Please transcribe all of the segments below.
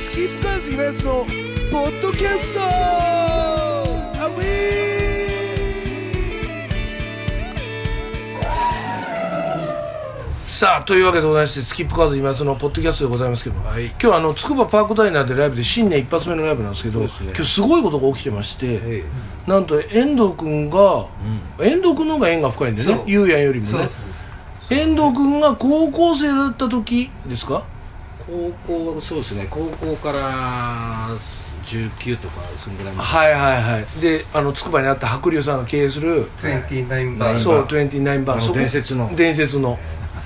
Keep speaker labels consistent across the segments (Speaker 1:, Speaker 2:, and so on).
Speaker 1: スキップカーズイベントのポッドキャストアウさあというわけでございましてスキップカーズ今そのポッドキャストでございますけども、
Speaker 2: はい
Speaker 1: 今日はあの筑波パークダイナーでライブで新年一発目のライブなんですけど
Speaker 2: そうですね
Speaker 1: 今日すごいことが起きてまして、
Speaker 2: ええ
Speaker 1: なんと遠藤君が、遠藤君の方が縁が深いんで
Speaker 2: そう
Speaker 1: ねゆうやんよりも
Speaker 2: そう
Speaker 1: ね遠藤君が高校生だった時ですか
Speaker 2: 高校そうですね高校から19とかそんぐらいまで
Speaker 1: はいはいはいであの筑波にあった白龍さんが経営する
Speaker 3: 29番
Speaker 1: そう29番
Speaker 2: の
Speaker 1: そこ
Speaker 2: 伝説の
Speaker 1: 伝説の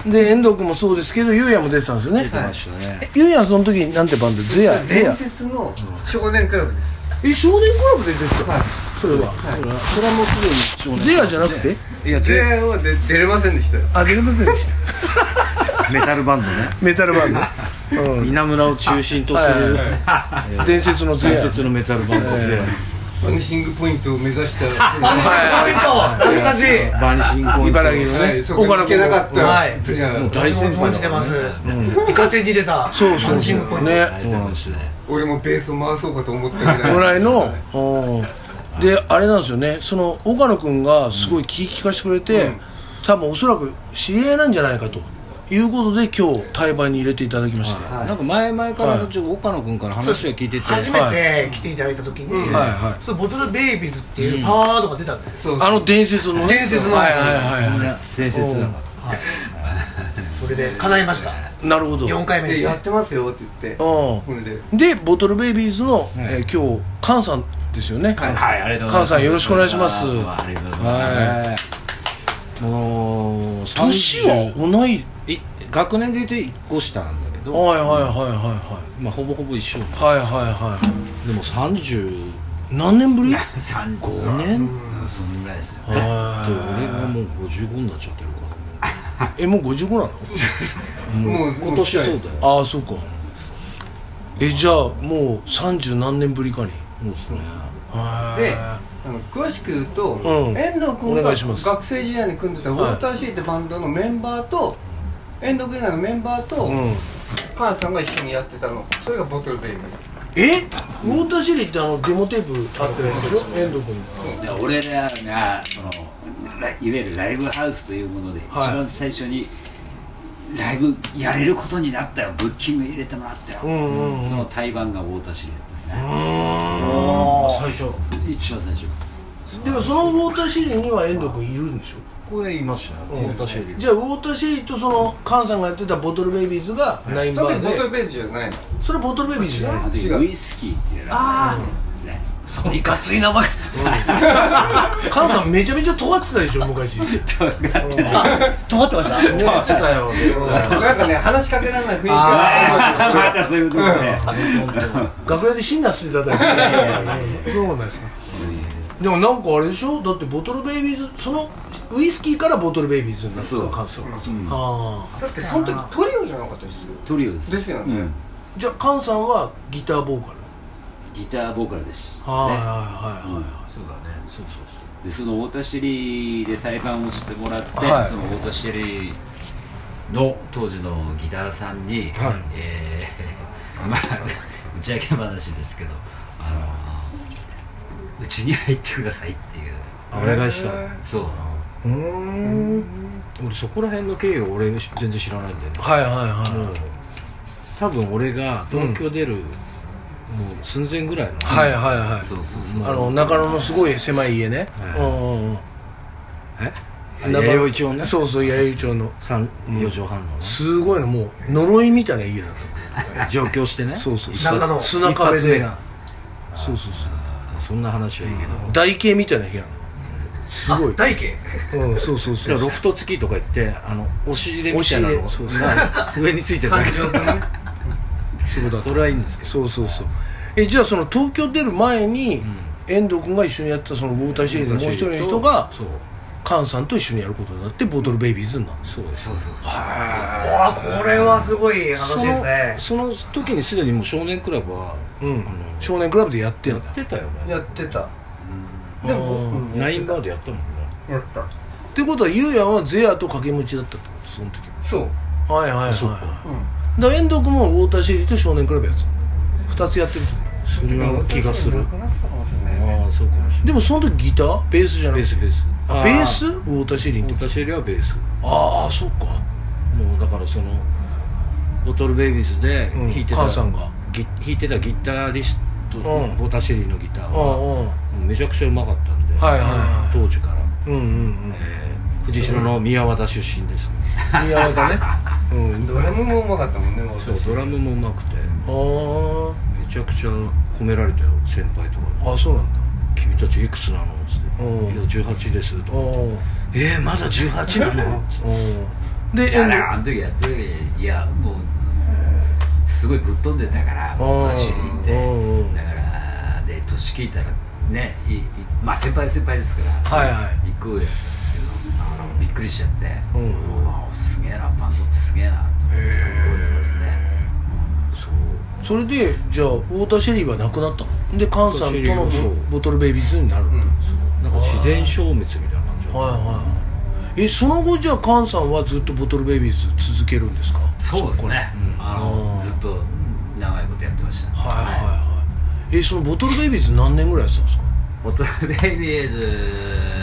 Speaker 1: で遠藤君もそうですけどゆうやも出てたんですよね
Speaker 2: 出てましたね
Speaker 1: えゆうやその時なんてバンドゼアゼア
Speaker 3: 伝説の少年クラブです
Speaker 1: え少年クラブで出てた、それは、
Speaker 2: それはもうすでに
Speaker 1: ゼアじゃなくて
Speaker 2: いや
Speaker 3: 全然は出出れませんでしたよ
Speaker 1: あ出てませんでした
Speaker 2: メタルバンドね
Speaker 1: メタルバンド、うん
Speaker 2: 稲村を中心とする
Speaker 1: はい伝説のゼア
Speaker 2: 伝説のメタルバンドで
Speaker 3: ファニッシングポイントを目指したは
Speaker 1: はい
Speaker 4: 懐かしい
Speaker 2: バーニシンコン
Speaker 1: 茨城の
Speaker 3: い
Speaker 1: ね
Speaker 3: そこに行けなかった
Speaker 4: はい
Speaker 3: 次は
Speaker 2: もう大
Speaker 4: 私も
Speaker 2: 先輩だ
Speaker 4: 存じて
Speaker 2: から
Speaker 4: ま
Speaker 2: ね
Speaker 4: すいかついに出てた
Speaker 1: そうそう
Speaker 4: 安
Speaker 1: そう
Speaker 4: 心ポイント
Speaker 1: ね
Speaker 2: そうなんですね
Speaker 3: 俺もベースを回そうかと思ったぐ
Speaker 1: ぐ
Speaker 3: らい
Speaker 1: らいの、うんであれなんですよねその岡野君がすごい気聞かせてくれて、多分おそらく知り合いなんじゃないかということで今日対バンに入れていただきまして、
Speaker 2: なんか前々からちょっと岡野君から話は聞いてて
Speaker 4: 初めて来ていただいた時に
Speaker 1: はいはい
Speaker 4: そうボトルベイビーズっていうパワーワードが出たんですよ
Speaker 3: そう
Speaker 1: あの伝説のね
Speaker 4: 伝説の
Speaker 1: はいはいはいは
Speaker 2: 伝説だか
Speaker 4: それで叶いました
Speaker 1: いなるほど
Speaker 4: 4回目で
Speaker 3: で
Speaker 4: し
Speaker 3: や
Speaker 4: た
Speaker 3: ってますよって言っ
Speaker 1: う
Speaker 3: てほんで
Speaker 1: んでボトルベイビーズの、えー今日菅さんですよね
Speaker 5: はい、ありがとう
Speaker 1: 菅
Speaker 5: ございます。
Speaker 1: さんよろしくお願いします
Speaker 5: ありがとうございます。
Speaker 2: はいもう
Speaker 1: 年は同い
Speaker 2: い学年で言うと1個下なんだけど
Speaker 1: はいはいはいはいは
Speaker 2: まあほぼほぼ一緒で
Speaker 1: いはいはいはい
Speaker 2: も30
Speaker 1: 何年ぶり
Speaker 5: 三五
Speaker 2: 5年
Speaker 5: そんぐらいですよ。
Speaker 2: だって俺がもう55になっちゃってるか
Speaker 1: えもう55なの
Speaker 3: もう
Speaker 2: ら今年そうだよ
Speaker 1: ああそうかえじゃあもう三十何年ぶりかに
Speaker 2: そうですね
Speaker 3: で
Speaker 1: は
Speaker 3: あの詳しく言うと、
Speaker 1: うん
Speaker 3: 遠藤君
Speaker 1: お
Speaker 3: が
Speaker 1: 願いします
Speaker 3: 学生時代に組んでたウォーターシーってバンドのメンバーと、遠藤君以外のメンバーと、
Speaker 1: いうん
Speaker 3: 母さんが一緒にやってたのそれがボトルベイビー
Speaker 1: えウォーターシリーってあのデモテープあったやつでしょ遠藤君
Speaker 5: で、俺らが、その、ラいわゆるライブハウスというもので、
Speaker 1: はい
Speaker 5: 一番最初に。ライブやれることになったよ。ブッキング入れてもらったよ。
Speaker 1: んうんうん
Speaker 5: その対バンがウォーターシリーズですね。
Speaker 4: お
Speaker 5: 一番最初。
Speaker 1: でもそのウォーターシリーには遠藤君いるんでしょ
Speaker 2: これ言いましたね私より
Speaker 1: じゃあウォーターシリーとその菅さんがやってたボトルベイビーズがナイン
Speaker 3: そ
Speaker 1: バ
Speaker 3: の時
Speaker 1: ー
Speaker 3: ボトル
Speaker 1: で
Speaker 3: ベイビーじゃないの
Speaker 1: それボトルベイビーズじゃ
Speaker 5: あ
Speaker 1: ない
Speaker 5: の時
Speaker 3: 違う
Speaker 5: ウイスキーっていうライブハウスですね。
Speaker 4: そういかつい名前
Speaker 1: 菅さんめちゃめちゃ尖ってたでしょ昔
Speaker 4: 尖ってました
Speaker 3: なんかね話しかけられない雰囲気があ
Speaker 5: あー またそういうことね。
Speaker 1: 楽屋でシンナーしてただけでどうなんですかでもなんかあれでしょだってボトルベイビーズそのウイスキーからボトルベイビーズになったの菅さんが
Speaker 5: うん
Speaker 1: ああ
Speaker 3: るだってその時トリオじゃなかったですよ
Speaker 5: トリオです。
Speaker 3: ですよね
Speaker 5: うん
Speaker 1: じゃあ菅さんはギターボーカル
Speaker 5: ギターボーカルです。
Speaker 1: はい
Speaker 5: ね
Speaker 1: はいはいはい
Speaker 5: そうだねそうそうそうでその太田シリで対バンをしてもらって、
Speaker 1: はい
Speaker 5: その太田シリの当時のギターさんに、
Speaker 1: はい
Speaker 5: えー まあ打ち上げ話ですけどあのうちに入ってくださいっていう
Speaker 2: お願いした
Speaker 5: そ
Speaker 1: うー
Speaker 5: う
Speaker 1: ん
Speaker 2: 俺そこら辺の経緯を俺全然知らないんだよね
Speaker 1: はいはいは
Speaker 2: 多分俺が東京出るもう寸前ぐらいの
Speaker 1: いはいはいはい
Speaker 5: そうそうそう
Speaker 1: あの中野のすごい狭い家ねうんうん
Speaker 2: え
Speaker 1: うん
Speaker 2: 弥生町ね
Speaker 1: そうそう弥生町の
Speaker 2: 三4畳半のね
Speaker 1: すごいのもう呪いみたいな家だっ
Speaker 2: 上京してね
Speaker 1: たそうそう
Speaker 4: 中野
Speaker 1: 砂
Speaker 2: 一
Speaker 1: 壁
Speaker 2: 発目
Speaker 1: で
Speaker 2: が
Speaker 1: そうそうそう
Speaker 2: そんな話はいいけど
Speaker 1: 台形みたいな部屋すごい
Speaker 4: 大慶
Speaker 1: うんそうそう
Speaker 2: じ
Speaker 1: そ
Speaker 2: ゃあ
Speaker 1: う
Speaker 2: ロフト付きとか言ってあの押し入れみたいなの
Speaker 1: 押し入れそう
Speaker 2: が上についてる だけ
Speaker 1: そういうことだった
Speaker 2: それはいいんですけど
Speaker 1: そうそうそうえじゃあその東京出る前に、遠藤君が一緒にやってたそのウォーターシリーズのもう一人の人が
Speaker 2: そう
Speaker 1: 菅さんと一緒にやることになってボトルベイビーズになるんです
Speaker 2: そうです
Speaker 5: そうそうそう
Speaker 4: わあこれはすごい話ですね
Speaker 2: そのその時にすでにもう少年クラブは
Speaker 1: うん少年クラブでやってんだ
Speaker 2: 出たよね
Speaker 3: やってた
Speaker 1: でもっ
Speaker 2: ナインバーでやったもんね
Speaker 3: やった
Speaker 1: てことはゆうやんはゼアと掛け持ちだったってことその時
Speaker 3: そう
Speaker 1: はいはいはい
Speaker 2: そう
Speaker 1: だから遠藤君もウォーターシリーと少年クラブやってたの二2つやってると
Speaker 6: そんな気がする
Speaker 4: なくなってたかもしれないね
Speaker 6: ああそうかもし
Speaker 1: でもその時ギターベースじゃ
Speaker 6: れ
Speaker 1: な
Speaker 6: ないベースベ
Speaker 1: くて
Speaker 6: ース
Speaker 1: あベース魚田シェリンって
Speaker 6: 私よりはベース
Speaker 1: ああそうか
Speaker 6: もうだからそのボトルベイビーズで
Speaker 1: うん
Speaker 6: 弾いてた、
Speaker 1: 菅さんが
Speaker 6: ギ弾いてたギタリスト
Speaker 1: うん
Speaker 6: ボタシェリーのギター
Speaker 1: う
Speaker 6: はも
Speaker 1: んう
Speaker 6: う
Speaker 1: ん
Speaker 6: めちゃくちゃうまかったんで、
Speaker 1: はいはいはい
Speaker 6: 当時から、
Speaker 1: うん うん
Speaker 6: えー藤代の宮和田出身です、
Speaker 1: うん宮本ねうん
Speaker 4: ドラムもうまかったもんねもう
Speaker 6: そうドラムもうまくて
Speaker 1: あ
Speaker 6: めちゃくちゃ褒められたよ先輩とか
Speaker 1: ああそうなんだ
Speaker 6: に「君たちいくつなの?」っつ
Speaker 1: うん
Speaker 6: って「いや18です」と
Speaker 1: お
Speaker 6: か
Speaker 1: お
Speaker 6: 「えー、まだ18なの?」っつっ
Speaker 1: おで
Speaker 5: い
Speaker 1: エ
Speaker 5: や
Speaker 1: ン
Speaker 5: なんかあの時やってる時いやもうすごいぶっ飛んでたから
Speaker 1: うん
Speaker 5: 走りって
Speaker 1: うん
Speaker 5: だからで年聞いたらねいいまあ先輩は先輩ですから、
Speaker 1: はいはい
Speaker 5: 行くやったんですけどあのびっくりしちゃって、
Speaker 1: う
Speaker 5: うんわすげえなバンドってすげえなと思って覚えてますね
Speaker 6: てそう
Speaker 1: それでじゃあ魚田シェリーはなくなったので菅さんとの
Speaker 6: ウォーターシェリーはそう
Speaker 1: ボボトルベイビーズになるんだ
Speaker 6: なんか自然消滅みたいな感じだった
Speaker 1: はいはいえその後じゃあ菅さんはずっとボトルベイビーズ続けるんですか
Speaker 5: そうですね、あの
Speaker 1: うん
Speaker 5: ずっと長いことやってました
Speaker 1: はいはいはいえそのボトルベイビーズ何年ぐらいやってたんですか
Speaker 5: ボトルベイビーズ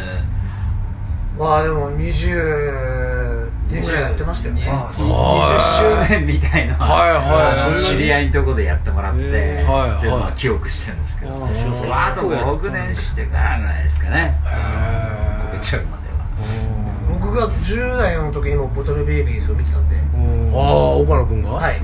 Speaker 4: わあでも20年ぐらいやってましたよね
Speaker 5: 20
Speaker 1: はい
Speaker 5: 周年みたいな
Speaker 1: はいはい
Speaker 5: あの知り合いのとこでやってもらってで
Speaker 1: はいはい
Speaker 5: まあ記憶してるんですけど
Speaker 6: あ
Speaker 5: そ
Speaker 6: ー
Speaker 5: のあと6年してからぐらいですかねこけちゃうまでは
Speaker 4: 僕が10代の時にもボトルベイビーズを見てたんで
Speaker 1: ああ岡野君が
Speaker 4: は
Speaker 1: へ
Speaker 4: い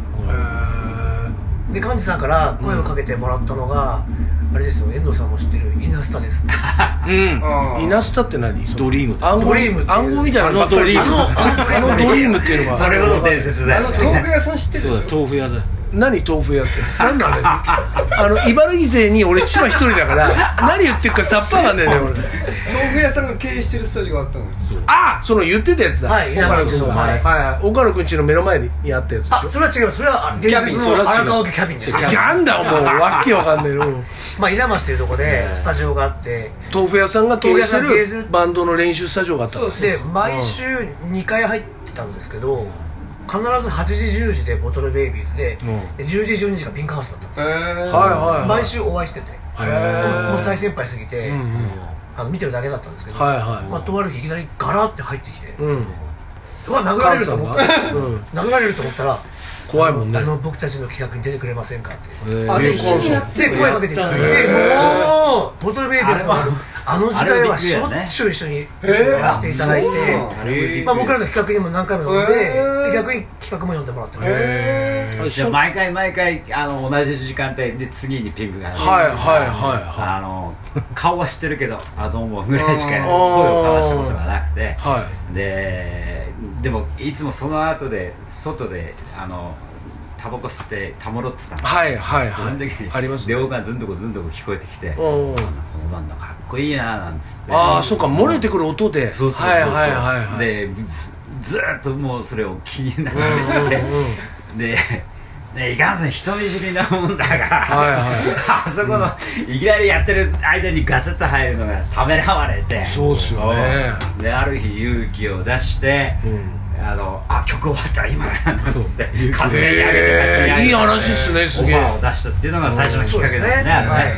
Speaker 1: え
Speaker 4: で幹事さんから声をかけてもらったのが、あれですよ遠藤さんも知ってるイナスタです
Speaker 1: うんイナスタって何
Speaker 6: ドリームだ
Speaker 1: 暗号
Speaker 4: ドリームっていう
Speaker 1: 暗号みたいなのばっかり
Speaker 4: あの
Speaker 1: あのドリームっていうの
Speaker 5: そ
Speaker 1: が
Speaker 5: れこそ伝説だ
Speaker 3: あ
Speaker 5: よ
Speaker 3: の
Speaker 5: ね
Speaker 3: 豆腐屋さん知ってる
Speaker 6: そう
Speaker 3: で
Speaker 6: だ
Speaker 3: し
Speaker 6: よ豆腐屋だよ
Speaker 1: 何豆腐屋って
Speaker 4: 何なんですか
Speaker 1: あの茨城勢に俺千葉一人だから何言ってるかさっぱりわかんないんだよね俺
Speaker 3: ょ豆腐屋さんが経営してるスタジオがあったのよ
Speaker 1: あその言ってたやつだ
Speaker 4: はい
Speaker 1: 岡野君の
Speaker 4: は
Speaker 1: はい
Speaker 4: い
Speaker 1: はい岡野君ちの目の前にあったやつ
Speaker 4: あそれは違いますそれはあ伝説
Speaker 6: キャビンそれは違
Speaker 4: の
Speaker 6: う
Speaker 4: 荒川家キャビンです
Speaker 1: ギャンだもうわけわかんないの
Speaker 4: まあ稲橋っていうとこでスタジオがあって
Speaker 1: 豆腐屋さんが経営す
Speaker 4: 豆腐屋さん経営
Speaker 1: る
Speaker 4: する
Speaker 1: バンドの練習スタジオがあったの
Speaker 3: そう
Speaker 4: で毎週2回入ってたんですけど必ず8時10時でボトルベイビーズで,、で10時12時がピンクハウスだったんです
Speaker 3: へ
Speaker 4: よ、
Speaker 3: え
Speaker 1: はいはいはい
Speaker 4: 毎週お会いしてても
Speaker 1: へ
Speaker 4: う大先輩すぎて、
Speaker 1: うんうん
Speaker 4: あの見てるだけだったんですけど、
Speaker 1: はいはい
Speaker 4: まあ、とある日いきなりガラって入ってきて、う
Speaker 1: うん
Speaker 4: わ殴られると思った
Speaker 1: 菅さんがうん
Speaker 4: 殴られると思ったら
Speaker 1: 怖いもんね
Speaker 4: あのあの僕たちの企画に出てくれませんかって
Speaker 3: あ
Speaker 1: え
Speaker 3: れ
Speaker 1: ー
Speaker 3: 一緒にやって
Speaker 4: で声かけていただいてもうボトルベイビーズのあのあの時代はしょっちゅう一緒にやらせていただいて、
Speaker 6: あれ
Speaker 4: まあ、僕らの企画にも何回も呼んで,、
Speaker 3: へー
Speaker 4: で逆に企画も呼んでもらってる、
Speaker 1: へ
Speaker 6: あれ
Speaker 5: で毎回毎回あの同じ時間帯で次にピンクがはい
Speaker 1: はいはいはいはい
Speaker 5: あの顔は知ってるけどあどうもぐらいしか声
Speaker 3: あー
Speaker 5: を交わしたことがなくて
Speaker 1: は
Speaker 5: ででもいつもその後で外であのタバコ吸ってたもろってたの
Speaker 1: はいはい
Speaker 5: そ
Speaker 1: は
Speaker 5: の時
Speaker 1: い
Speaker 5: に
Speaker 1: ありますね
Speaker 5: 電話がずんどこずんどこ聞こえてきて「
Speaker 1: おうおう
Speaker 5: このバンドかっこいいな」なんつって
Speaker 1: ああそうか漏れてくる音で
Speaker 5: そうそうそうそう、
Speaker 1: はいはいはいはい
Speaker 5: でずずーっともうそれを気になっていて、ででいかんせん人見知りなもんだから、
Speaker 1: はいはい
Speaker 5: あそこの、いきなりやってる間にガチャッと入るのがためらわれて
Speaker 1: そうっすよね
Speaker 5: である日勇気を出して、あのあ曲終わったら今だなんつって勝手にやる
Speaker 1: えーいい話っすねすげえ
Speaker 5: オファーを出したっていうのが最初のきっ
Speaker 4: そう
Speaker 5: か
Speaker 4: で
Speaker 5: け
Speaker 4: す
Speaker 5: だ
Speaker 4: ね
Speaker 5: よねあ
Speaker 4: はい
Speaker 5: れ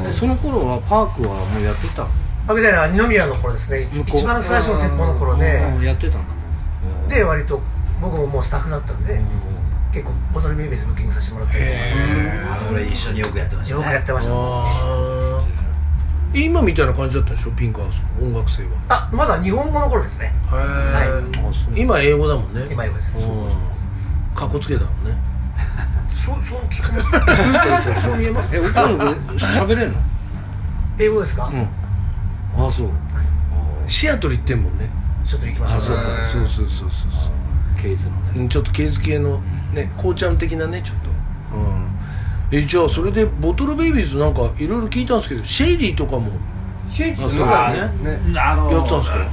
Speaker 5: ねうん
Speaker 6: その頃はパークはもうやってた
Speaker 4: まあみたいな二宮の頃ですね一
Speaker 6: 向こう
Speaker 4: 一番最初の鉄砲の頃で、
Speaker 6: うんやってたんだ
Speaker 4: で割と僕ももうスタッフだったんで、結構ボトルベイビーズブッキングさせてもらったりとか
Speaker 5: あの俺一緒によくやってました
Speaker 4: よ
Speaker 5: ね
Speaker 4: くやってました
Speaker 1: あー今みたいな感じだったでしょピンクハウスの音楽性は
Speaker 4: あまだ日本語の頃ですね
Speaker 1: へえ、今英語だもんね
Speaker 4: 今英語です
Speaker 1: うんかっこつけたもんね
Speaker 4: そうそう聞こえますそう見えます
Speaker 6: え岡野 君喋れんの
Speaker 4: 英語ですか、
Speaker 6: ああそう
Speaker 1: シアトル行ってんもんね
Speaker 4: ちょっと行きましょう
Speaker 1: そうそうそうそうそう
Speaker 6: ケーズのね
Speaker 1: うんちょっとケーズ系のね紅茶的なねちょっとうんえじゃあそれでボトルベイビーズなんかいろいろ聞いたんですけどシェイディとかも
Speaker 3: シェイキーズ
Speaker 6: そう
Speaker 3: だよ
Speaker 6: だ
Speaker 3: ね
Speaker 5: あの
Speaker 1: やってたんですか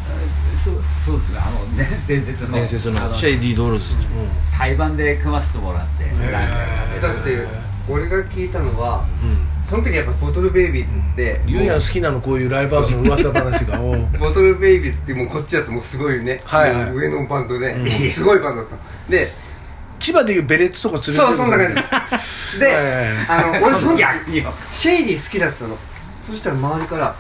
Speaker 5: そうそうですねあのね伝説の
Speaker 6: 伝説
Speaker 5: あ
Speaker 6: のシェイディドールズ
Speaker 5: 対バンで組ませてもらって
Speaker 3: ねだって俺が聞いたのはその時やっぱボトルベイビーズって
Speaker 1: ゆうやん好きなのこういうライブハウスの噂話がおう
Speaker 3: ボトルベイビーズってもうこっちだともうすごいね
Speaker 1: はいはい
Speaker 3: もう上のバンドでもうすごいバンドだったので
Speaker 1: 地千葉でいうベレッツとか連れ
Speaker 3: そう
Speaker 1: て
Speaker 3: そんな
Speaker 1: る
Speaker 3: 感
Speaker 1: ん
Speaker 3: じであの俺その時
Speaker 5: 逆によ
Speaker 3: シェイディ好きだったのそしたら周りから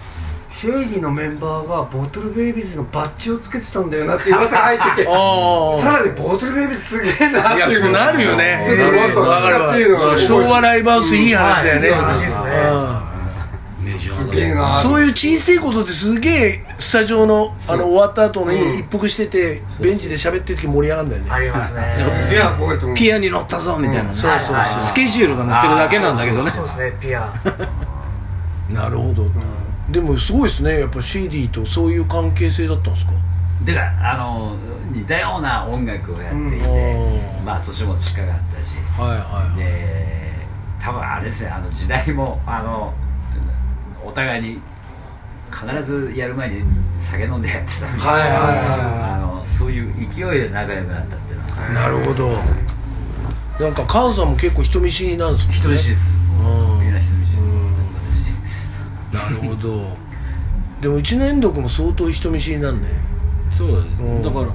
Speaker 3: シェイディのメンバーがボトルベイビーズのバッジをつけてたんだよなっていう噂が入ってて
Speaker 1: あ
Speaker 3: さらにボトルベイビーズすげえなっ
Speaker 1: あい
Speaker 3: て
Speaker 1: や
Speaker 3: いう
Speaker 1: そうなるよね
Speaker 3: ちょっとワクワクしたっていうの
Speaker 1: わかるわ
Speaker 3: が
Speaker 1: 昭和ライブハウスいい話だよね、
Speaker 4: はいいい話ですね
Speaker 5: メジャ
Speaker 3: す
Speaker 5: ー
Speaker 3: げえ
Speaker 5: だ
Speaker 1: うん
Speaker 3: な
Speaker 1: そういう小さいことってすげえスタジオのあの終わった後に一服してて、ベンチで喋ってる時盛り上がるんだよね
Speaker 4: あり ますね
Speaker 3: いやこうやってもう
Speaker 5: ピアに乗ったぞみたいなね
Speaker 1: そうそうそう
Speaker 4: はい
Speaker 5: スケジュールが載ってるだけなんだけどね
Speaker 4: そうですねピア
Speaker 1: なるほど、でもすごいですねやっぱ CD とそういう関係性だったんですか
Speaker 5: だからあの似たような音楽をやっていて、
Speaker 1: うん
Speaker 5: まあ年も近かったし
Speaker 1: はいはいはい
Speaker 5: で多分あれですねあの時代もあのお互いに必ずやる前に酒飲んでやってたんで、
Speaker 1: はいはいはい
Speaker 5: あのそういう勢いで仲良くなったっていうの
Speaker 1: な
Speaker 5: は
Speaker 1: るほどなんか菅さんも結構人見知りなんですもんね
Speaker 5: 人見知りです
Speaker 1: うん
Speaker 5: みんな人見知りです
Speaker 1: なるほどでも一年毒も相当人見知りなんで
Speaker 2: そうだ,、
Speaker 1: うん
Speaker 2: ね、だから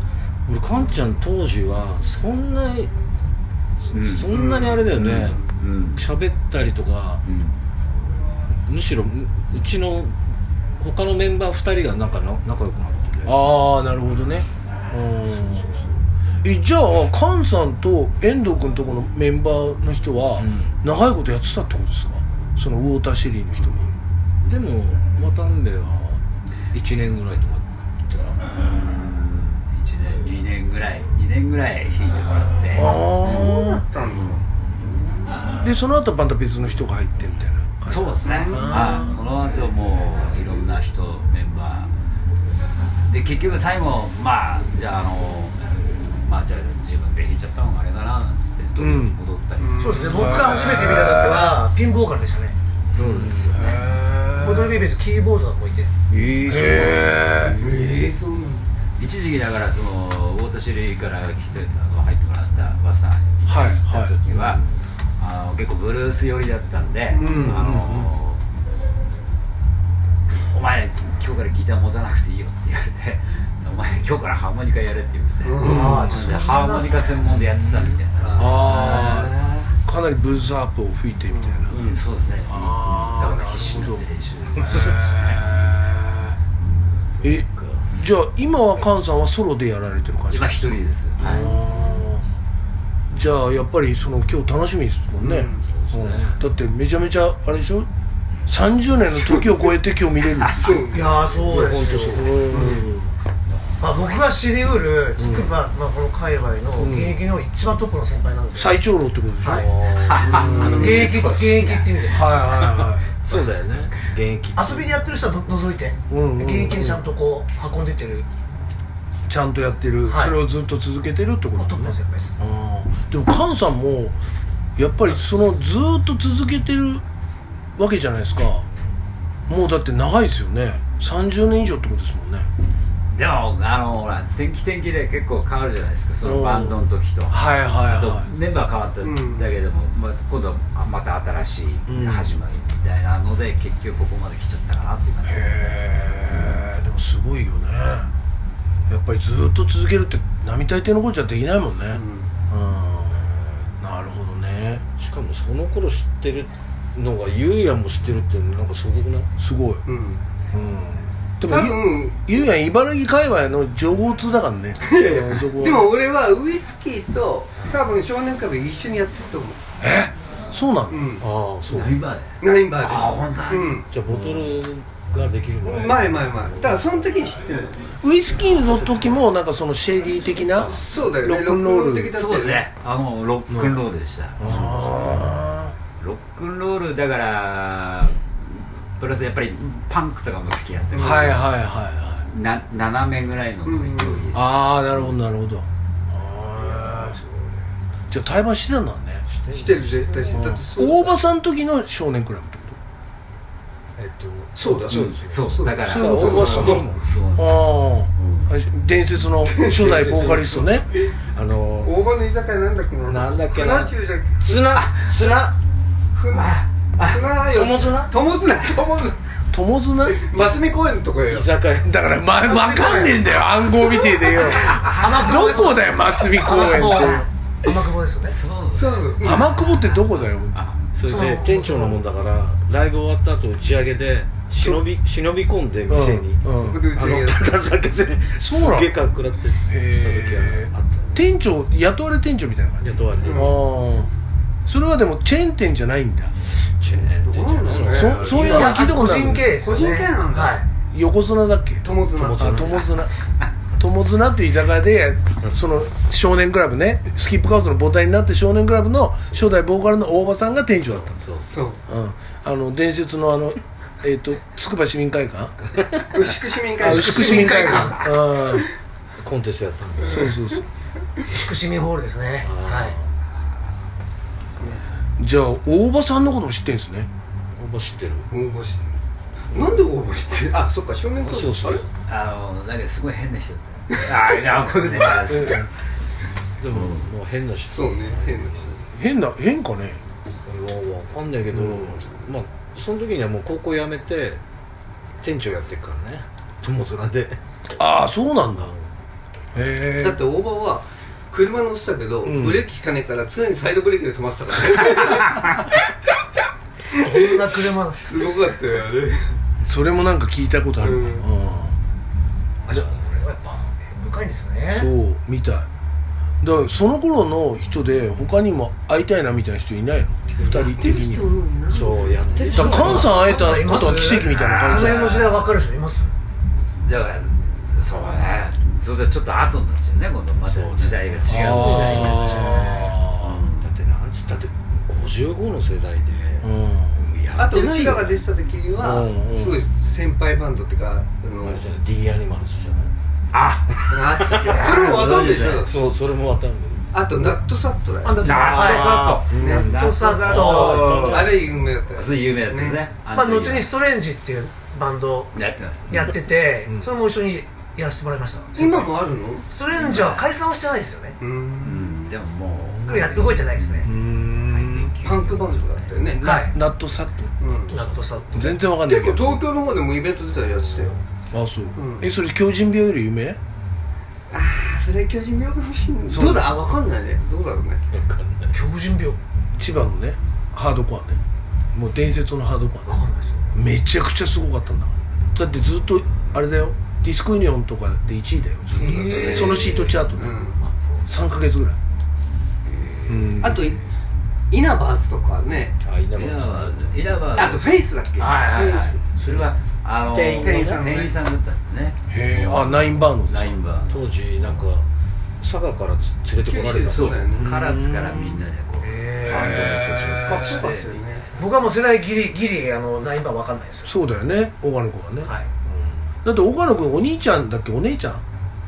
Speaker 2: 俺カンちゃん当時はそんなに、
Speaker 5: ん
Speaker 2: そんなにあれだよね
Speaker 5: 私うん
Speaker 2: 喋、ったりとか、むしろううちの他のメンバー2人がなんかな仲良くなってて
Speaker 1: ああなるほどねうんえじゃあ菅さんと遠藤君とこのメンバーの人は
Speaker 2: ん
Speaker 1: 長いことやってたってことですかそのウォーターシェリーの人が
Speaker 2: でも渡辺は1年ぐらいとかってか
Speaker 5: 1年2年ぐらい2年ぐらい弾いてもらって
Speaker 1: あ
Speaker 3: あの
Speaker 1: あでその後また別の人が入ってみたいな感じ
Speaker 5: そうですねはいその後もういろんな人メンバーで結局最後まあじゃああのまあじゃあ自分で弾いちゃった方があれかななんつってドリに戻ったり、
Speaker 4: そうですね僕が初めて見た時はピンボーカルでしたね
Speaker 5: そうですよね
Speaker 4: ボトルベイビーズキーボードの子いて
Speaker 5: え
Speaker 3: ええそうなんだ
Speaker 5: 一時期だからその太田シェリーから来てあの入ってもらった和さんに
Speaker 1: はい
Speaker 5: 来た時は、あの結構ブルース寄りだったんで、あのお前今日からギター持たなくていいよ」って言われて「お前今日からハーモニカやれ」って言われて、
Speaker 4: ああちょっと
Speaker 5: でハーモニカ専門でやってたみたいな話
Speaker 1: ああかなりブースアップを吹いてみたいな
Speaker 5: うんそうですねだから必死になって練習しましたね
Speaker 1: えじゃあ今は菅さんはソロでやられてる感じ
Speaker 5: 今一人です、はい
Speaker 1: じゃあやっぱりその今日楽しみですもんね,うん、だってめちゃめちゃあれでしょ30年の時を超えて今日見れる
Speaker 4: いやーそうですよ
Speaker 1: うん
Speaker 4: まあ、僕が知りうるつくば、まあ、この界隈の現役の一番トップの先輩なんですよ、
Speaker 1: 最長老ってことでしょ、
Speaker 4: はい
Speaker 1: うん
Speaker 4: 現役現役って意味で
Speaker 1: は
Speaker 2: そうだよね現役
Speaker 4: 遊びでやってる人はの除いて、
Speaker 1: うんうんうん
Speaker 4: 現役にちゃんとこう運んでってる
Speaker 1: いはいちゃんとやってる、
Speaker 4: はい
Speaker 1: それをずっと続けてるってこ
Speaker 4: ト
Speaker 1: と
Speaker 4: ップの先輩です
Speaker 1: うんでも菅さんもやっぱりそのずーっと続けてるわけじゃないですかもうだって長いですよね30年以上ってことですもんね
Speaker 5: でもあのほら天気天気で結構変わるじゃないですかそのバンドの時と
Speaker 1: はいはい
Speaker 5: あと
Speaker 1: は
Speaker 5: メンバー変わっただけでも、まあ、今度はまた新しい始まりみたいなので、結局ここまで来ちゃったかなっていう感じ
Speaker 1: いへえでもすごいよねやっぱりずーっと続けるって並大抵のことじゃできないもんねうんなるほどね
Speaker 2: しかもその頃知ってるのがゆうやも知ってるっていうのなんかすごくない
Speaker 1: すごい
Speaker 3: うん
Speaker 1: でも
Speaker 3: 多分
Speaker 1: ゆゆうやん茨城界隈の情報通だからね
Speaker 3: いやいや
Speaker 1: うんそこは
Speaker 3: でも俺はウイスキーと多分少年株一緒にやってると思
Speaker 1: そうなの、
Speaker 3: ううん
Speaker 2: ああそう
Speaker 5: です今で
Speaker 3: ナインバー
Speaker 5: あ本当だ、
Speaker 3: でうん
Speaker 2: じゃあボトルができる前
Speaker 3: 前前前だからその時に知ってるの
Speaker 1: ウイスキーの時もなんかそのシェイディー的な
Speaker 3: そうだよ
Speaker 1: ロ
Speaker 3: ね
Speaker 1: ックンロール
Speaker 3: ロックン的だった
Speaker 5: そ
Speaker 3: よ
Speaker 5: うですねあのロックンロールでした、ロックンロールだからプラスやっぱりパンクとかも好きやってる、
Speaker 1: はいはいはいはい
Speaker 5: な斜めぐらいの勢いで、
Speaker 1: ああなるほどなるほどあーじゃあ対バンしてたんだね
Speaker 3: してる絶対してるだってそう
Speaker 1: 大場さん時の少年クラブってこ
Speaker 3: えっとそうだそうです
Speaker 5: そうだから
Speaker 1: そういうこと
Speaker 5: そうそう
Speaker 1: とああ、伝説 の初代ボーカリストね
Speaker 2: あの
Speaker 3: 大場の居酒屋なんだっけな
Speaker 2: なんだっけな
Speaker 3: 船中じゃ
Speaker 2: 綱綱
Speaker 3: 船綱よ
Speaker 2: 友綱
Speaker 3: 友綱友綱
Speaker 1: 友綱
Speaker 3: ますみ公園のとこよ
Speaker 2: 居酒屋
Speaker 1: だから、ま、わかんねえんだよ暗号みてえでよどこだよ松見公園って
Speaker 4: 天久保ですよね
Speaker 5: そ
Speaker 3: そ
Speaker 5: う
Speaker 3: ううん
Speaker 1: 天久保ってどこだよ
Speaker 2: そ
Speaker 4: そう
Speaker 2: れで店長のもんだからライブ終わった後打ち上げで忍び忍び込んで店に、
Speaker 1: うん
Speaker 3: そこ
Speaker 1: うん
Speaker 3: で打ち
Speaker 2: あ
Speaker 3: 上げ
Speaker 2: の
Speaker 3: や
Speaker 2: 高酒で
Speaker 1: そうなの
Speaker 2: すげえかっくらってた時
Speaker 1: へ
Speaker 2: があっ
Speaker 1: ー店長雇われ店長みたいな感
Speaker 2: た
Speaker 1: じ
Speaker 2: 雇われて
Speaker 1: あーそれはでもチェーン店じゃないんだ
Speaker 2: チェーン店じゃないの
Speaker 3: え
Speaker 1: そそういうのは聞いたことない
Speaker 4: 個人経営ですよね
Speaker 3: 個人経営なんだ
Speaker 4: はい
Speaker 1: 横綱だっけ
Speaker 3: 友綱
Speaker 1: あ友綱友綱っていう居酒屋でその少年クラブねスキップカウスの母体になって少年クラブの初代ボーカルの大場さんが店長だったんです
Speaker 2: そう
Speaker 3: そう
Speaker 1: うんあの伝説のあのえっ、とつくば市民会館
Speaker 3: 牛久市民
Speaker 1: あ
Speaker 3: 会
Speaker 1: 牛久市民会館うん
Speaker 2: コンテストやったんだ
Speaker 1: そうそうそう
Speaker 4: 福市民ホールですねはい
Speaker 1: じゃあ大場さんのことも知ってんですね
Speaker 2: 応募知ってる
Speaker 3: 応募してなんで応募してあそっか正面から
Speaker 2: そうそ
Speaker 3: あれ
Speaker 2: う
Speaker 5: あのなんかすごい変な人だったああいやこういうことじゃないですか
Speaker 2: でももう変な人
Speaker 3: そうね変な人
Speaker 1: 変な変かね
Speaker 2: わかんないけど、まあその時にはもう高校辞めて店長やってるからね友綱で
Speaker 1: ああそうなんだへ
Speaker 3: だって大場は車乗ってたけど、
Speaker 1: うん
Speaker 3: ブレーキ効かねえから常にサイドブレーキで止まってたからね
Speaker 4: こんな車で す
Speaker 3: すごかったよあれ
Speaker 1: えそれもなんか聞いたことある、う
Speaker 3: うんん
Speaker 4: あじゃあこれはやっぱ根深いんですね
Speaker 1: そうみたいだからその頃の人で他にも会いたいなみたいな人いないの二人的には
Speaker 2: そうやってる人
Speaker 1: だから菅さん会えたことは奇跡みたいな感じ
Speaker 4: あ
Speaker 1: じ
Speaker 4: の
Speaker 1: ゃ
Speaker 4: 辺の時
Speaker 1: ない
Speaker 4: 代分かる人います
Speaker 5: だからそうねそうするとちょっと後になっちゃうね今度また時代が違う時代になっち
Speaker 1: あ
Speaker 2: だ
Speaker 5: ゃ
Speaker 2: ってなんつったって55の世代で、
Speaker 1: ーうん
Speaker 2: もうや
Speaker 3: あ
Speaker 2: って
Speaker 3: と
Speaker 2: ないう
Speaker 3: ちらが出てた時には、
Speaker 1: うんうん
Speaker 3: すごい先輩バンドっていうかあの
Speaker 2: あれじゃない D アニマルズじゃな
Speaker 3: あそれもわかんでしょ
Speaker 2: いそうそれもわたんない
Speaker 3: あとナットサットだよ
Speaker 4: あでも
Speaker 5: ナットサ
Speaker 4: は
Speaker 3: ッ
Speaker 4: い
Speaker 3: ト
Speaker 4: ナットサ
Speaker 5: ナッ
Speaker 4: ット
Speaker 5: トサット
Speaker 3: あれ有名だったよ
Speaker 5: うそういう有名だったですね
Speaker 4: まあ後に
Speaker 5: や
Speaker 4: ストレンジっていうバンド
Speaker 5: ってます
Speaker 4: やっててそれも一緒にやらせてもらいました
Speaker 3: 今もあるの
Speaker 4: ストレンジは解散はしてないですよね
Speaker 3: う
Speaker 5: うんんでももう
Speaker 4: やっと動いてないですね
Speaker 1: うーん
Speaker 3: パンクバンドだったよね、
Speaker 4: はい
Speaker 1: ナットサット
Speaker 3: うん、
Speaker 4: ナットサット
Speaker 1: 全然わかんない
Speaker 3: 結
Speaker 1: け
Speaker 3: 構
Speaker 1: ど
Speaker 3: 東京の方でもイベント出たりやってたよ
Speaker 1: あそう、
Speaker 3: ん
Speaker 1: えそれ狂人病より有名
Speaker 3: あそれ巨人病かもしんない
Speaker 1: そう
Speaker 3: どうだあわかんないねどうだろうね
Speaker 4: 狂人病
Speaker 1: 千葉のねハードコアねもう伝説のハードコア
Speaker 4: わ
Speaker 1: ね
Speaker 4: かんないですよ
Speaker 1: めちゃくちゃすごかったんだからだってずっとあれだよディスクユニオンとかで1位だよずっとだから
Speaker 3: へー
Speaker 1: そのシートチャートね、
Speaker 3: うん
Speaker 1: 3か月ぐらい、うん
Speaker 3: あといイナバーズとかね
Speaker 2: あ稲
Speaker 5: イラ
Speaker 2: 葉
Speaker 5: バーズイラバ
Speaker 3: あ
Speaker 5: ー
Speaker 3: と
Speaker 5: ズ
Speaker 3: フェイスだっけ
Speaker 5: はいはい
Speaker 3: フ
Speaker 5: は
Speaker 3: ェイス
Speaker 5: いそれはあの
Speaker 2: 店員
Speaker 3: 店員さんのね
Speaker 5: 店員さんだったんですね
Speaker 1: へえあナインバーのです
Speaker 5: ラ
Speaker 1: か
Speaker 5: インバー
Speaker 2: 当時なんか佐賀からつ連れて
Speaker 3: 九
Speaker 2: こられ
Speaker 3: 州
Speaker 2: た
Speaker 3: そうだよね
Speaker 5: 唐津からみんなでこう
Speaker 1: へ
Speaker 3: かっこよかったよね
Speaker 4: 僕はもう世代ギリギリあのナインバーわかんないですよ
Speaker 1: そうだよね岡野君はね、
Speaker 4: はい
Speaker 1: だって岡野君お兄ちゃんだっけお姉ちゃん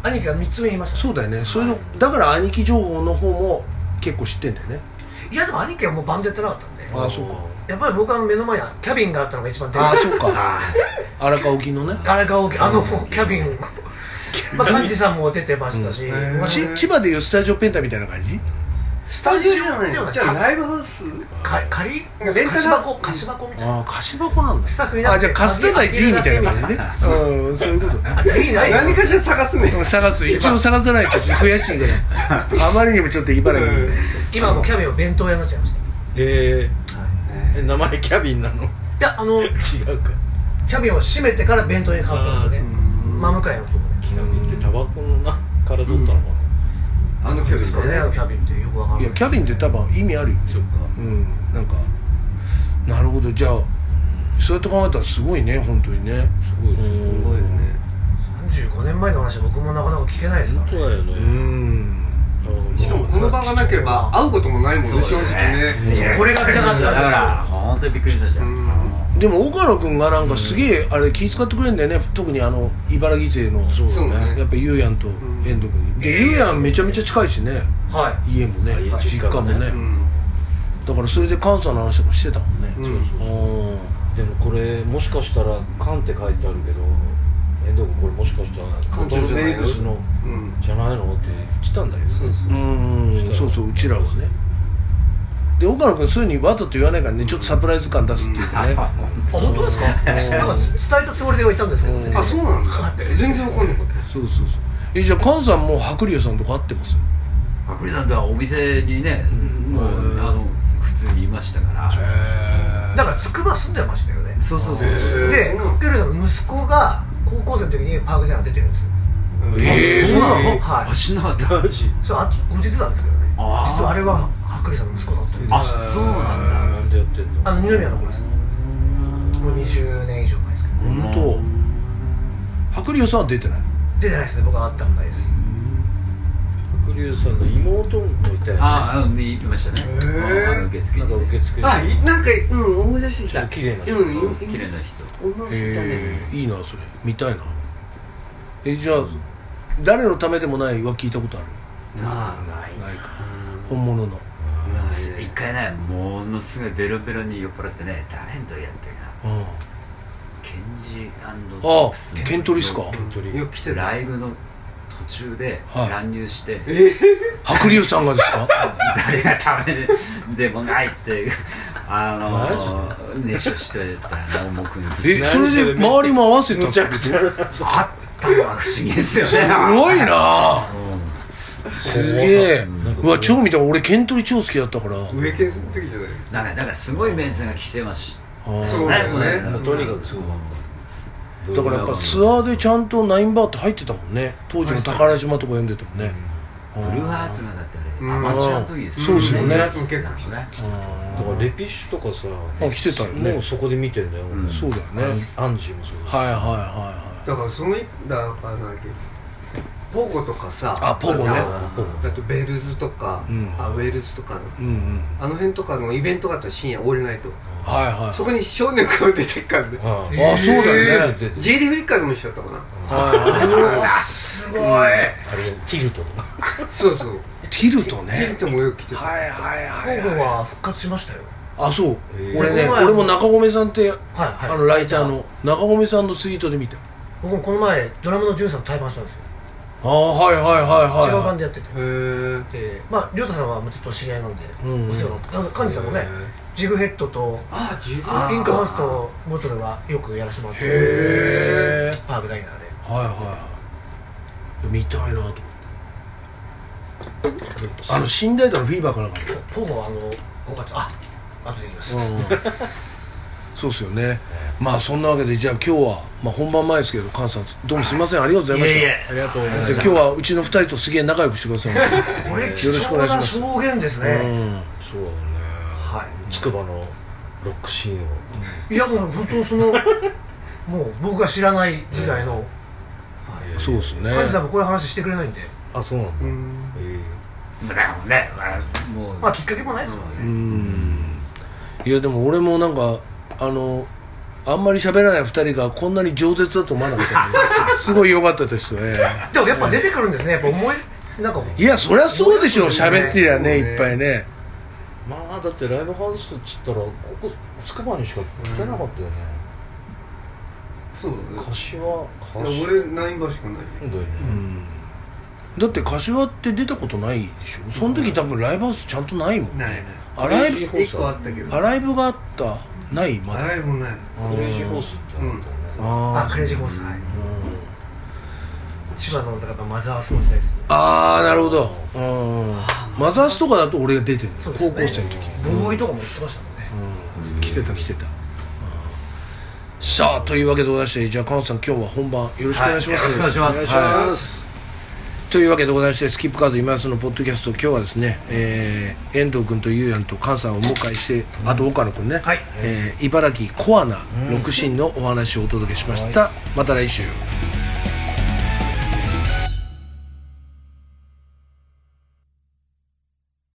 Speaker 4: 兄貴が3つ上にいました
Speaker 1: そうだよねそれの、だから兄貴情報の方も結構知ってんだよね
Speaker 4: いやでも兄貴はもうバンドやってなかったんで
Speaker 1: ああそうか
Speaker 4: やっぱり僕はあの目の前にキャビンがあったのが一番で
Speaker 1: あ
Speaker 4: か
Speaker 1: あ
Speaker 4: い
Speaker 1: そうか荒川沖のね
Speaker 4: あれが大きいあのキャビンまあ幹事さんも出てましたし、
Speaker 3: うん
Speaker 4: まあし
Speaker 1: ち千葉でいうスタジオペンタみたいな感じ
Speaker 4: ス
Speaker 3: ス
Speaker 4: タ
Speaker 3: タ
Speaker 4: ジ
Speaker 3: ジ
Speaker 4: オ
Speaker 3: オ
Speaker 4: で
Speaker 3: じ
Speaker 4: は
Speaker 3: ゃ
Speaker 4: な
Speaker 3: ないい
Speaker 4: でも
Speaker 3: のじ
Speaker 4: か
Speaker 3: ゃあライブハウス
Speaker 4: か借り
Speaker 3: レンタル
Speaker 4: 貸し箱貸し箱みたいな
Speaker 1: ああ貸し箱なんだ
Speaker 4: スタッフいな
Speaker 1: あ
Speaker 4: く
Speaker 1: じ
Speaker 4: て
Speaker 1: ゃあ勝田台 G みたいな感じねうんそういうことね
Speaker 4: あ手いないです
Speaker 3: 何かしら探すね
Speaker 1: うん探す一応探さないとちょっと悔し いぐらいあまりにもちょっと茨城に
Speaker 4: 今もうキャビンは弁当屋になっちゃいましたい
Speaker 2: えーえ名前キャビンなの違
Speaker 4: やあの
Speaker 2: うか
Speaker 4: キャビンを閉めてから弁当屋に変わったんですよね真向かいのとこ
Speaker 2: キャビンってタバコのなから取ったのかな、
Speaker 3: あの距離
Speaker 4: ですかねあのキャビンってよくわかん
Speaker 1: い
Speaker 4: な
Speaker 1: や
Speaker 4: い
Speaker 1: キャビンって多分意味あるよね
Speaker 2: そっか
Speaker 1: うんなんかなるほどじゃあそうやって考えたらすごいね本当にね
Speaker 2: すごいですね
Speaker 3: すごいよね
Speaker 4: 35年前の話僕もなかなか聞けないですから
Speaker 2: 本
Speaker 4: ね
Speaker 2: 当だよね、
Speaker 1: うん
Speaker 2: タバコの
Speaker 3: しかもこの場がなければ会うこともないもんね正直ね
Speaker 4: これが見たかったんですよ
Speaker 5: だから本当にびっくりしましたよ
Speaker 3: うん
Speaker 5: あの
Speaker 1: でも岡野君がなんかすげえあれ気使ってくれんだよね特にあの茨城勢の
Speaker 2: そう
Speaker 3: そう
Speaker 2: だね
Speaker 3: ね
Speaker 1: やっぱゆうやんと遠藤君でゆうやんめちゃめちゃ近いしね
Speaker 4: はい
Speaker 1: 家もね
Speaker 2: はい
Speaker 1: 実家もね
Speaker 3: うん
Speaker 1: だからそれで関西の話とかしてたもんね
Speaker 3: うん
Speaker 2: そうそう
Speaker 1: うん
Speaker 2: でもこれもしかしたら「缶」って書いてあるけど遠藤君これもしかしたら「
Speaker 3: 缶じゃない
Speaker 2: ボトルベイブスの
Speaker 3: うん
Speaker 2: じゃないの?」って言ってたんだけど
Speaker 3: そう
Speaker 1: う
Speaker 3: そう
Speaker 1: んそうそううちらはねで岡野君そういうふうにわざと言わないからねちょっとサプライズ感出すっていうかね
Speaker 4: あ本当ですかなんかつ伝えたつもりではいたんですけどね
Speaker 3: あそうなんだ全然わかんなかった
Speaker 1: そうそうそうえじゃあ菅さんも白龍さんとか会ってます
Speaker 5: パプリさんとはお店にね、もうあの普通にいましたから、
Speaker 4: だからつくば住んでましたよね
Speaker 5: そうそうそうそう
Speaker 4: でカッケルさんの息子が高校生の時にパークジャン出てるんですよ
Speaker 1: えー、そうなの
Speaker 4: はい
Speaker 5: あ知らなかった
Speaker 4: それあ後日なんですけどね実
Speaker 5: あー
Speaker 4: はあれは白リさんの息子だったんです
Speaker 5: あそうなんだ
Speaker 2: なんでやってんの
Speaker 4: あの二宮の子ですもう20年以上前ですけど
Speaker 1: 本当白龍さんは出てない
Speaker 4: 出てないですね僕は会ったことないです
Speaker 2: 白龍さんの妹もいたよね
Speaker 5: ああ見ましたね
Speaker 3: へー
Speaker 5: あの受付
Speaker 2: なんか
Speaker 5: に
Speaker 2: 受
Speaker 5: ね
Speaker 2: 付
Speaker 3: あいなんかうん思い出してき
Speaker 2: ちょ
Speaker 3: た
Speaker 2: っと綺麗な人
Speaker 3: うんい
Speaker 5: 綺麗な人
Speaker 3: 女の人いたね
Speaker 1: えー、いいなそれ見たいなえじゃあ誰のためでもないは聞いたことある
Speaker 3: なあない
Speaker 1: ないか本物の
Speaker 5: 一回ねものすごいベロベロに酔っ払ってね誰とやってるな
Speaker 1: うん
Speaker 5: ケンジ
Speaker 1: あ
Speaker 5: トップスの
Speaker 1: あケントリスか
Speaker 2: 鳥
Speaker 3: よく来てた
Speaker 5: ライブの途中で
Speaker 1: はい
Speaker 5: 乱入して、
Speaker 1: 白龍さんがですか
Speaker 5: 誰が食べるでもないってあの熱唱してたのもくに
Speaker 1: えそれで周りも合わせたむちゃくちゃす
Speaker 5: あったのは不思議ですよね
Speaker 1: ごいなすげえうわ超見た俺ケントリ超好きだったから
Speaker 3: 上系の時じゃない
Speaker 5: なんかだからすごいメンツが来てます
Speaker 1: あー
Speaker 3: そうだよね
Speaker 5: もう
Speaker 2: とにかくすごい
Speaker 1: だからやっぱツアーでちゃんとナインバーって入ってたもんね当時の宝島とか読んでてもね
Speaker 5: ブルーハーツがだってあれ
Speaker 3: ん
Speaker 5: アマチュアの時です
Speaker 1: そうですよね
Speaker 5: 結構来てね
Speaker 2: だからレピッシュとかさ
Speaker 1: あ来てたよね
Speaker 2: もうそこで見てんだよ、
Speaker 5: ん
Speaker 1: そうだよね
Speaker 2: アンジーもそうだ
Speaker 1: はいはいはいはい
Speaker 3: だからその一だからなんだっけポゴとかさ
Speaker 1: あポゴね
Speaker 3: あとだとベルズとか、
Speaker 1: うん
Speaker 3: あウェールズとかの
Speaker 1: うんうん
Speaker 3: あの辺とかのイベントがあったら深夜オールナイト
Speaker 1: はいはい
Speaker 3: そこに少年が出てっからね
Speaker 2: ああ
Speaker 1: ああそうだよね
Speaker 3: JD フリッカーズも一緒だったかな
Speaker 4: すごい
Speaker 2: あれティルトとか
Speaker 3: そうそう
Speaker 1: ティルト
Speaker 3: テン
Speaker 1: ね
Speaker 3: トもよく来てた
Speaker 1: はいはい
Speaker 4: 今
Speaker 1: はい
Speaker 4: 後は復活しましたよ
Speaker 1: あそう
Speaker 2: ー
Speaker 1: 俺ね
Speaker 4: この前
Speaker 1: 俺も中込さんって
Speaker 4: はいはい
Speaker 1: あのライターの中込さんのツイートで見た
Speaker 4: 僕もこの前ドラムのジュンさんと対バンしたんですよ
Speaker 1: ああはいはいはい
Speaker 4: 違う
Speaker 1: は
Speaker 4: バ
Speaker 1: い
Speaker 4: ンでやってて
Speaker 3: へー
Speaker 4: でまあ亮太さんはもうずっと知り合いなんで
Speaker 1: うんうん
Speaker 4: お世話になって幹事さんもねジグヘッドと
Speaker 3: あ自分
Speaker 4: ピンクハウスとボトルはよくやらせてもらって
Speaker 1: へえ
Speaker 4: パークダイナーで
Speaker 1: はいはいはい見たいなと思ってあの新大田のフィーバーかなんかね
Speaker 4: ポゴはあのオカちゃんあ後で言います、
Speaker 1: そうっすよねまあそんなわけでじゃあ今日は、まあ、本番前ですけど菅さんどうもすいませんありがとうございました
Speaker 5: いえいえ
Speaker 2: ありがとうござい
Speaker 1: じゃあ今日はうちの二人とすげえ仲良くしてくださいね、
Speaker 4: これ貴
Speaker 1: よろしくお願
Speaker 4: 重
Speaker 1: いし
Speaker 4: な
Speaker 1: ます
Speaker 4: 証言です
Speaker 1: う
Speaker 4: ね、
Speaker 1: ん
Speaker 2: そうだね
Speaker 4: はい
Speaker 2: つくばのロックシーンを
Speaker 4: いやもう本当 そのもう僕が知らない時代の
Speaker 1: そうですね
Speaker 4: 幹事さんもこういう話してくれないんで
Speaker 2: あそうなんだ、
Speaker 3: うん
Speaker 2: え
Speaker 5: だからねあもう
Speaker 4: まあきっかけもないですもんね、
Speaker 1: うんいやでも俺もなんかあのあんまり喋らない二人がこんなに饒舌だと思わなかったんですごい良かったですね
Speaker 4: でもやっぱ出てくるんですねやっぱ思いなんか
Speaker 1: いやそりゃそうでしょ
Speaker 4: そうね
Speaker 1: 喋ってりゃね
Speaker 3: そうね
Speaker 1: いっぱいね
Speaker 2: まあだってライブハウスっつったらここつくばにしか来てなかったよね、
Speaker 3: そうだね
Speaker 2: 柏柏
Speaker 3: いや
Speaker 2: だよね
Speaker 3: 俺ナインバーしかないよ
Speaker 1: だって柏って出たことないでしょその時多分ライブハウスちゃんとないもん
Speaker 3: ない
Speaker 1: ね
Speaker 3: ね
Speaker 1: アライ
Speaker 2: クレイジー
Speaker 1: ブ
Speaker 2: ホー
Speaker 3: 一
Speaker 2: ス
Speaker 3: 個あったけど
Speaker 1: アライブがあったないまだ
Speaker 3: 洗いもない
Speaker 2: クレイジーホースってあったよね、
Speaker 4: あ
Speaker 1: あ
Speaker 4: クレイジーホースはい千葉のだからやっぱマザースの時代ですね
Speaker 1: あーなるほどうんマザースとかだと俺が出てるの
Speaker 4: そうです
Speaker 1: 高
Speaker 4: ね
Speaker 1: 校生の時
Speaker 4: ボーイとかも言ってましたもんね、
Speaker 1: 来てた来てたさあというわけでございましてじゃあ菅野さん今日は本番よろしくお願いします、
Speaker 5: はいよろしくお願いします
Speaker 1: はいというわけでございましてスキップカード今安のポッドキャスト今日はですね、えー遠藤君とゆうやんと菅さんをお迎えしてあと岡野君ね、
Speaker 4: はい
Speaker 1: えー茨城コアな6シーンのお話をお届けしました、また来週